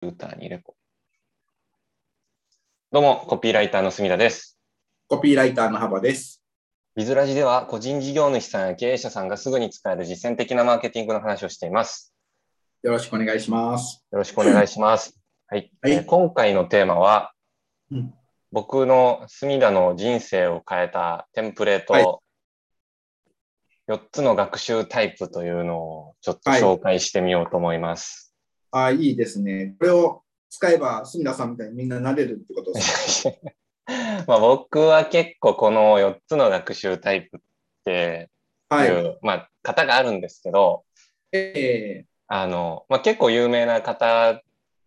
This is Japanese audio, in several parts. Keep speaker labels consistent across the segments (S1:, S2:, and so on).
S1: プターにレコ。どうも、コピーライターの隅田です。
S2: コピーライターの幅です。
S1: ビズラジでは、個人事業主さんや経営者さんがすぐに使える実践的なマーケティングの話をしています。
S2: よろしくお願いします。
S1: よろしくお願いします。はい、
S2: はい
S1: えー今回のテーマは、
S2: うん
S1: 僕の隅田の人生を変えたテンプレート、
S2: はい
S1: 4つの学習タイプというのをちょっと
S2: はい
S1: 紹介してみようと思います。
S2: ああ、いいですね。これを使えば、隅田さんみたいにみんななれるってことです
S1: まあ僕は結構この4つの学習タイプっていう、
S2: はい。
S1: まあ型があるんですけど、
S2: え
S1: あの、まあ、結構有名な方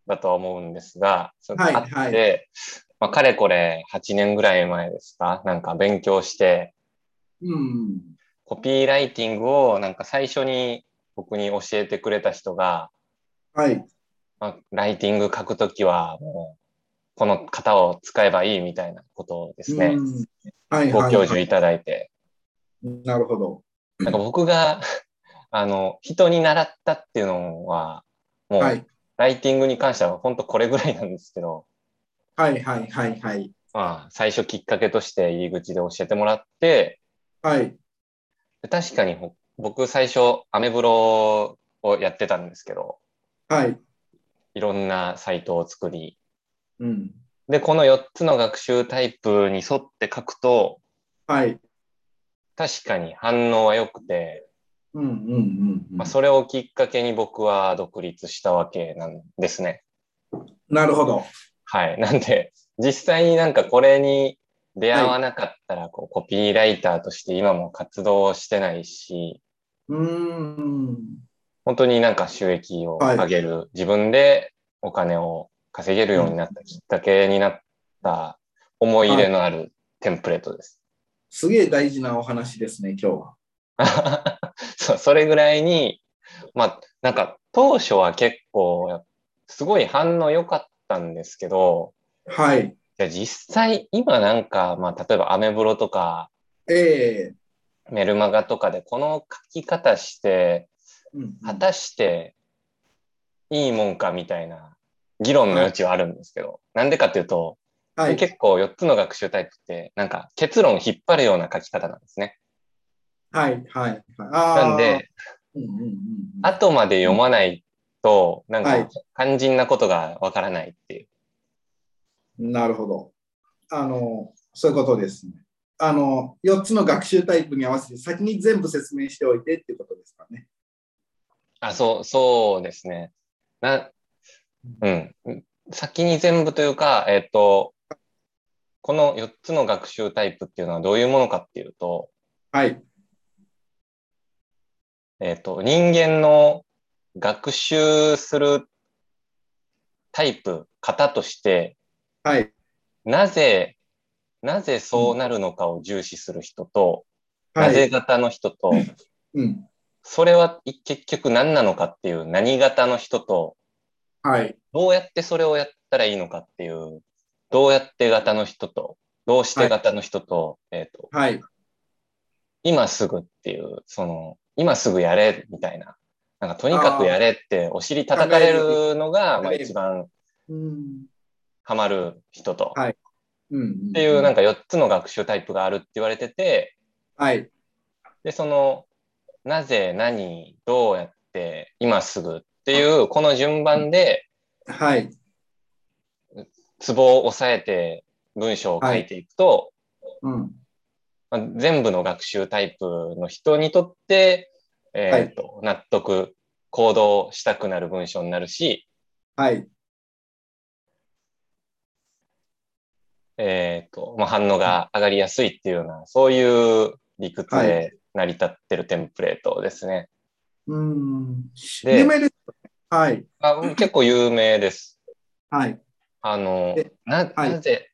S1: だとは思うんですが、それ
S2: はい
S1: あって、ま
S2: は
S1: あ、かれこれ8年ぐらい前ですか、なんか勉強して、
S2: えうん。
S1: コピーライティングをなんか最初に僕に教えてくれた人が、
S2: はい。
S1: まあ、ライティング書くときはもう、この型を使えばいいみたいなことですね。
S2: うんはい、
S1: ご
S2: はい。
S1: 教授いただいて、
S2: なるほど。
S1: なんか僕が あの人に習ったっていうのは、もう、
S2: はい。
S1: ライティングに関しては本当これぐらいなんですけど、
S2: はい、はい、はい、はい。
S1: まあ、最初きっかけとして入り口で教えてもらって、
S2: はい。
S1: で確かにほ僕最初アメブロをやってたんですけど、
S2: はい。
S1: いろんなサイトを作り、
S2: うん。
S1: で、この4つの学習タイプに沿って書くと、
S2: はい。
S1: 確かに反応は良くて、
S2: うん、うん、うんうん。
S1: まあ、それをきっかけに僕は独立したわけなんですね。
S2: なるほど。
S1: はい。なんで、実際になんかこれに出会わなかったら、こう、コピーライターとして今も活動してないし、
S2: うーん。
S1: 本当になんか収益を
S2: はい
S1: 上げる、自分でお金を稼げるようになったきっかけになった思い入れのあるテンプレートです。
S2: すげえ大事なお話ですね、今日は。
S1: そうそれぐらいに、まあ、なんか当初は結構、すごい反応良かったんですけど、
S2: はい。
S1: いや実際今なんか、まあ、例えばアメブロとか、
S2: ええ
S1: メルマガとかでこの書き方して
S2: うん
S1: 果たしていいもんかみたいな議論の余地はあるんですけど、なんでかっていうと、
S2: はい。
S1: 結構4つの学習タイプってなんか結論を引っ張るような書き方なんですね。
S2: はい。はい。はい。
S1: な
S2: なん
S1: で、
S2: うん、うん、うんうん。
S1: 後まで読まないとなん
S2: はい
S1: か肝心なことがわからないっていう。
S2: なるほど。あの、そういうことですね。あの、4つの学習タイプに合わせて先に全部説明しておいてっていうことですかね。
S1: あ、そう、そうですね。な、うん。先に全部というか、えっ、と、この4つの学習タイプっていうのはどういうものかっていうと、
S2: はい。
S1: えっ、と、人間の学習するタイプ、型として、
S2: はい。
S1: なぜ、なぜそうなるのかを重視する人と、
S2: は
S1: なぜ
S2: い。
S1: 型の人と、
S2: うん。
S1: それは結局何なのかっていう何型の人と、
S2: はい。
S1: どうやってそれをやったらいいのかっていう、どうやって型の人と、どうして型の人と、えっ、と、
S2: はい。
S1: 今すぐっていう、その、今すぐやれみたいな、なんかとにかくやれってお尻叩かれるのが、
S2: 考える
S1: まあ一番
S2: うん。
S1: ハマる人と、
S2: はいうん。っ
S1: っていうなん
S2: か。
S1: か4つの学習タイプがあるって言われてて、
S2: はい。
S1: で、その、なぜ、何、どうやって、今すぐっていう、この順番で、
S2: はい。
S1: ツボを押さえて文章を書いていくと、
S2: うん。
S1: まあ、全部の学習タイプの人にとって、えーと納得、行動したくなる文章になるし、
S2: はい。
S1: えーとまあ、反応が上がりやすいっていうような、そういう理屈
S2: は
S1: で成り立ってるテンプレートですね。
S2: うん。
S1: で
S2: 有名ですね。はい。
S1: あ結構有名です。
S2: はい。
S1: あの
S2: え
S1: な
S2: はい
S1: なぜ、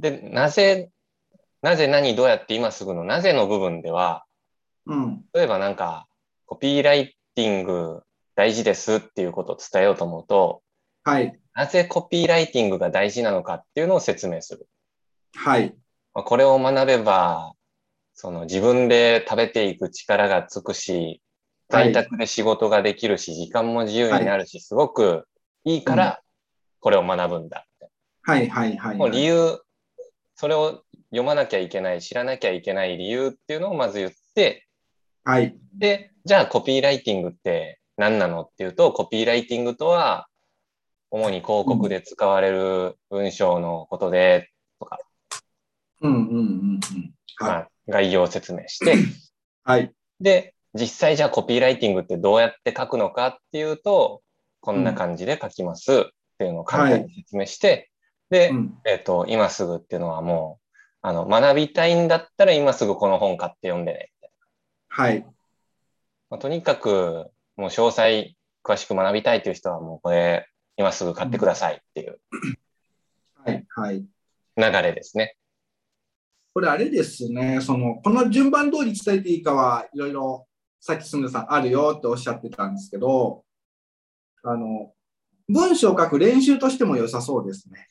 S1: で、なぜ、なぜ何どうやって今すぐのなぜの部分では、
S2: うん。
S1: 例えばなんか、コピーライティング大事ですっていうことを伝えようと思うと、
S2: はい。
S1: なぜコピーライティングが大事なのかっていうのを説明する。
S2: はい。
S1: まあこれを学べば、その自分で食べていく力がつくし、
S2: は
S1: 在
S2: い
S1: 宅で仕事ができるし、時間も自由になるし、すごくいいから、これを学ぶんだって。
S2: はいはいはい、
S1: も
S2: は
S1: う理
S2: い。
S1: 由、それを読まなきゃいけない、知らなきゃいけない理由っていうのをまず言って、
S2: はい。
S1: で、じゃあコピーライティングって何なのっていうと、コピーライティングとは、主に広告で使われる文章のことで、
S2: うんうんうんうん。
S1: ま
S2: はい。
S1: あ、概要を説明して、
S2: はい。
S1: で、実際じゃあコピーライティングってどうやって書くのかっていうと、こんな感じで書きますっていうのを簡単に説明して、で、
S2: うん
S1: えっ、と、今すぐっていうのはもう、あの、学びたいんだったら今すぐこの本買って読んでね。
S2: はい。
S1: まあ、とにかく、もう詳細、詳しく学びたいという人はもうこれ、今すぐ買ってくださいっていう
S2: はい。はい。
S1: 流れですね。
S2: これあれですね、その、この順番通り伝えていいかはいろいろ、さっきすみさんあるよっておっしゃってたんですけど、あの、文章を書く練習としても良さそうですね。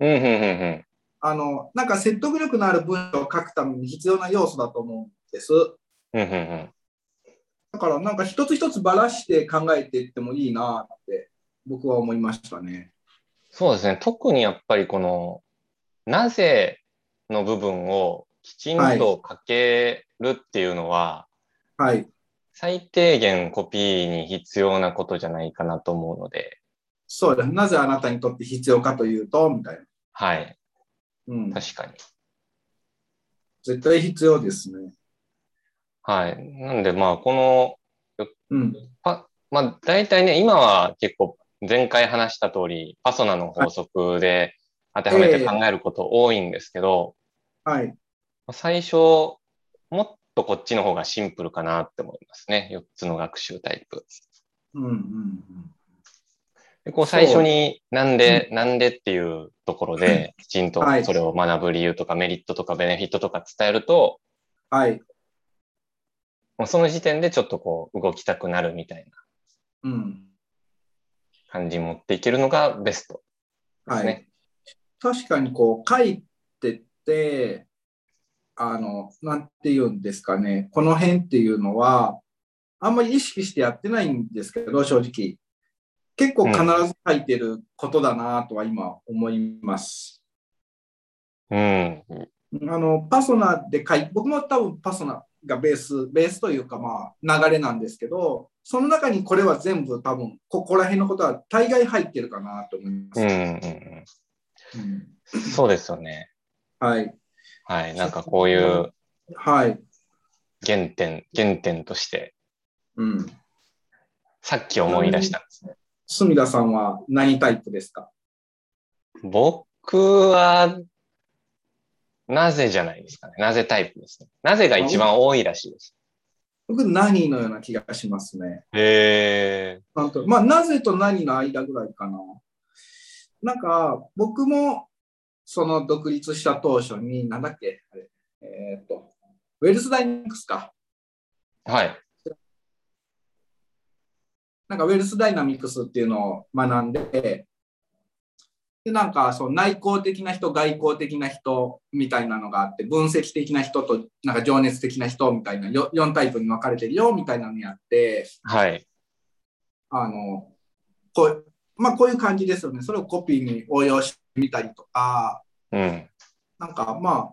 S1: うん、うん、うん、
S2: あの、なんか説得力のある文章を書くために必要な要素だと思うんです。
S1: うん。うん、うん、うん。
S2: だからなんか一つ一つばらして考えていってもいいなって僕は思いましたね。
S1: そうですね。特にやっぱりこの、なぜの部分をきちんと書けるっていうのは、
S2: はい。
S1: 最低限コピーに必要なことじゃないかなと思うので、
S2: そうです。なぜあなたにとって必要かというと、みたいな。
S1: はい。
S2: うん。
S1: 確かに。
S2: 絶対必要ですね。
S1: はい。なんで、まあ、この、
S2: うん。
S1: パまあ、大体ね、今は結構前回話した通り、パソナの法則で当てはめて考えること多いんですけど、
S2: はい。
S1: 最初、もっとこっちの方がシンプルかなって思いますね。4つの学習タイプ。
S2: うんうんうん。
S1: でこう最初になんで、なんでっていうところで、きちんと
S2: はい
S1: それを学ぶ理由とかメリットとかベネフィットとか伝えると、
S2: はい。
S1: もうその時点でちょっとこう動きたくなるみたいな
S2: うん。
S1: 感じに持っていけるのがベストで
S2: は
S1: す
S2: い。
S1: ね。
S2: 確かにこう書いてって、あの、なんていうんですかね、この辺っていうのは、あんまり意識してやってないんですけど、正直。結構必ず書いてることだなとは今思います。
S1: うん。
S2: あの、パソナで書い僕も多分パソナがベース、ベースというかまあ流れなんですけど、その中にこれは全部多分、ここら辺のことは大概入ってるかなと思いま
S1: う
S2: す。
S1: んうん
S2: うん
S1: うん。そうですよね。
S2: はい。
S1: はい。なんかこういう
S2: はい。
S1: 原点、原点として、
S2: うん。
S1: さっき思い出したんですね。
S2: 隅田さんは何タイプですか
S1: 僕は、なぜじゃないですかね。なぜタイプですね。なぜが一番多いらしいです。
S2: 僕、何のような気がしますね。
S1: へえ。
S2: なんとまあ、なぜと何の間ぐらいかな。なんか、僕も、その独立した当初に、なんだっけ、あれ、えーっと、ウェルスダイナミックスか。
S1: はい。
S2: なんか、ウェルスダイナミックスっていうのを学んで、で、なんか、その内向的な人、外向的な人みたいなのがあって、分析的な人と、なんか情熱的な人みたいな、4タイプに分かれてるよ、みたいなのやって、
S1: はい。
S2: あの、こう、まあ、こういう感じですよね。それをコピーに応用してみたりとか、
S1: うん。
S2: なんかまあ、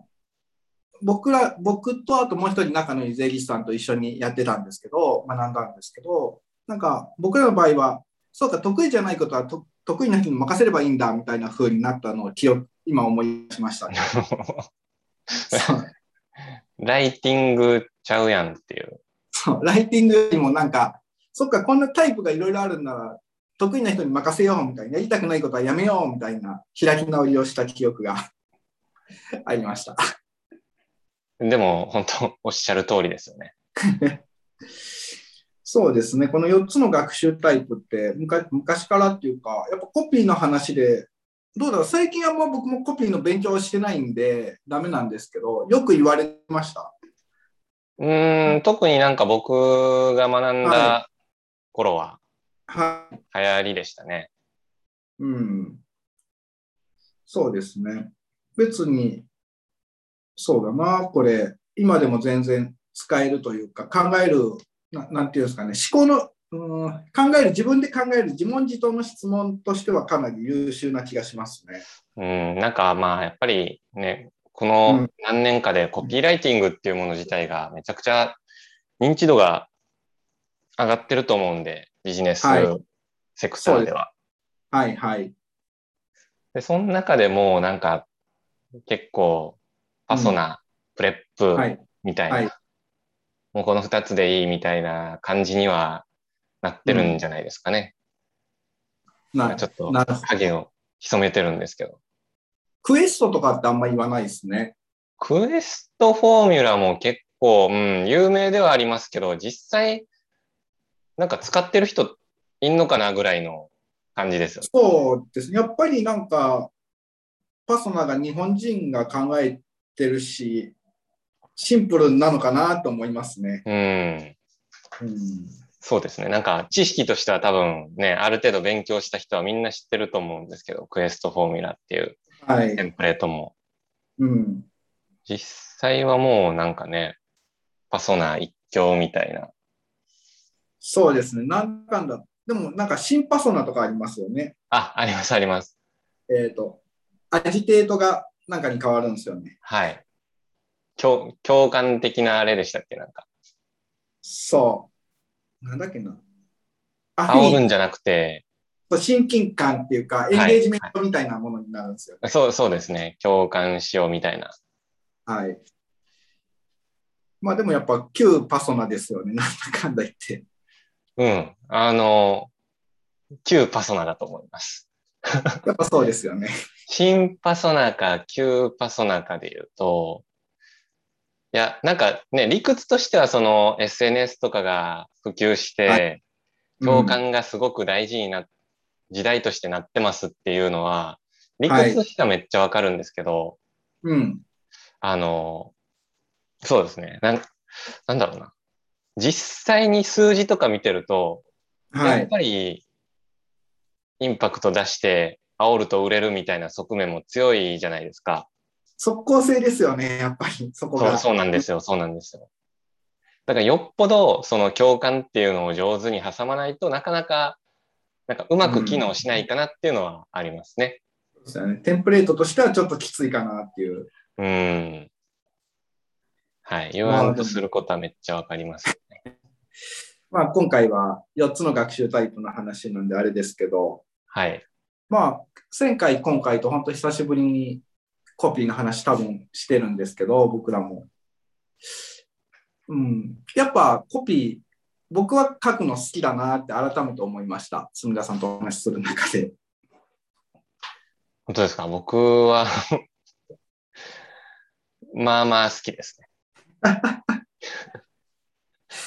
S2: 僕ら、僕とあともう一人仲のいい税理士さんと一緒にやってたんですけど、学んだんですけど、なんか僕らの場合は、そうか、得意じゃないことはと得意な人に任せればいいんだみたいな風になったのを記憶、今思い出しまし たね。そう
S1: ライティングちゃうやんっていう。
S2: そうライティングよりもなんか、そっか、こんなタイプがいろいろあるんなら、得意な人に任せようみたいな、やりたくないことはやめようみたいな、開き直りをした記憶が ありました。
S1: でも、本当おっしゃる通りですよね。
S2: そうですね、この4つの学習タイプって、むか昔からっていうか、やっぱコピーの話で、どうだろう、最近あんま僕もコピーの勉強をしてないんで、ダメなんですけど、よく言われました。
S1: うーん、特になんか僕が学んだ
S2: は
S1: 頃は
S2: はい。
S1: 流行りでしたね。
S2: うん。そうですね。別に、そうだな、これ、今でも全然使えるというか、考える、ななんていうんですかね、思考の、うん考える、自分で考える自問自答の質問としてはかなり優秀な気がしますね。
S1: うん、なんかまあやっぱりね、この何年かでコピーライティングっていうもの自体がめちゃくちゃ認知度が上がってると思うんで、ビジネス
S2: はい
S1: セクターでは。
S2: はいはい。
S1: で、その中でもなんか結構パソナ、プレップ
S2: はい。
S1: みたいな、
S2: はい
S1: もうこの2つでいいみたいな感じにはなってるんじゃないですかね。
S2: な
S1: ちょっと
S2: なるほど。
S1: 影を潜めてるんですけど。
S2: クエストとかってあんま言わないですね。
S1: クエストフォーミュラも結構、うん、有名ではありますけど、実際、なんか使ってる人いんのかなぐらいの感じですよね。
S2: そうですね。やっぱりなんか、パソナが日本人が考えてるし、シンプルなのかなと思いますね。
S1: うん。
S2: うん、
S1: そうですね。なんか知識としては多分ね、ある程度勉強した人はみんな知ってると思うんですけど、クエストフォーミュラっていう
S2: は
S1: テ
S2: い。
S1: ンプレートも。
S2: うん。
S1: 実際はもうなんかね、パソナ一強みたいな。
S2: そうですね。なんかんだ。でもなんか新パソナとかありますよね。
S1: あ、ありますあります。
S2: えっ、と、アジテートがなんかに変わるんですよね。
S1: はい。共共感的なあれでしたっけなんか。
S2: そう。なんだっけな。アフ
S1: 煽る
S2: ィ
S1: んじゃなくて、
S2: と親近感っていうか、エンゲージメントみたいなものになるんですよね。
S1: そう、そうですね。共感しようみたいな。
S2: はい。まあでもやっぱ旧パソナですよね。 なんだかんだ言って。
S1: うん。あの、旧パソナだと思います。
S2: やっぱそうですよね。
S1: 新パソナか旧パソナかで言うと、いや、なんかね、理屈としてはその SNS とかが普及して、
S2: は
S1: 共感がすごく大事にな、時代としてなってますっていうのは、理屈としてはめっちゃわかるんですけど、
S2: うん。
S1: あの、そうですね。なんなんだろうな。実際に数字とか見てると、
S2: うん。は
S1: やっ
S2: い。
S1: ぱり、インパクト出して、煽ると売れるみたいな側面も強いじゃないですか。
S2: 即効性ですよね。やっぱりそこ
S1: そう
S2: が。
S1: そうなんですよ、そうなんですよ。だからよっぽど、その共感っていうのを上手に挟まないとなかなか、なんかうまく機能しないかなっていうのはありますね。
S2: ですよね。テンプレートとしてはちょっときついかなっていう。
S1: うん。はい。言わんとすることはめっちゃわかります。
S2: まあ今回は4つの学習タイプの話なんであれですけど、
S1: はい。
S2: まあ前回今回と本当久しぶりにコピーの話多分してるんですけど、僕らも。うん。やっぱコピー、僕は書くの好きだなって改めて思いました。すみださんとお話しする中で。
S1: 本当ですか僕は、まあまあ好きですね。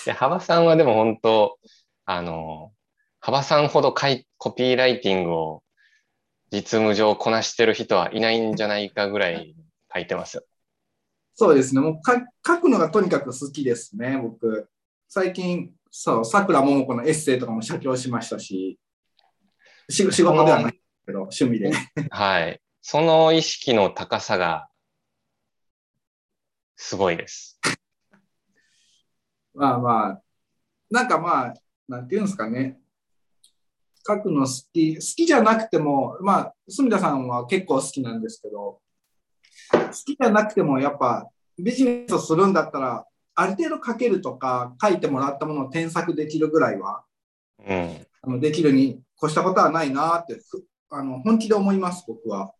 S1: で幅さんはでも本当、あの、幅さんほどかいコピーライティングを実務上こなしてる人はいないんじゃないかぐらい書いて ますよ。
S2: そうですね。もうか書くのがとにかく好きですね、僕。最近、そう、さくらももこのエッセイとかも写経しましたし、し仕事ではないけど、趣味で。
S1: はい。その意識の高さがすごいです。
S2: まあまあ、なんかまあ、なんていうんですかね。書くの好き、好きじゃなくても、まあ、住田さんは結構好きなんですけど、好きじゃなくても、やっぱビジネスをするんだったら、ある程度書けるとか、書いてもらったものを添削できるぐらいは、
S1: うん。
S2: あのできるに越したことはないなって、ふあの本気で思います、僕は。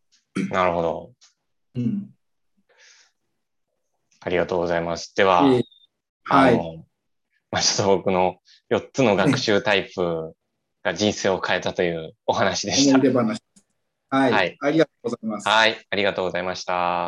S1: なるほど。
S2: うん。
S1: ありがとうございます。では、
S2: えーは
S1: あ
S2: い。
S1: の、まあ、ちょっと僕の4つの学習タイプが人生を変えたと いうお話でし
S2: 思
S1: た
S2: い。出話。はい。
S1: はい
S2: ありがとうございます。
S1: はい、ありがとうございました。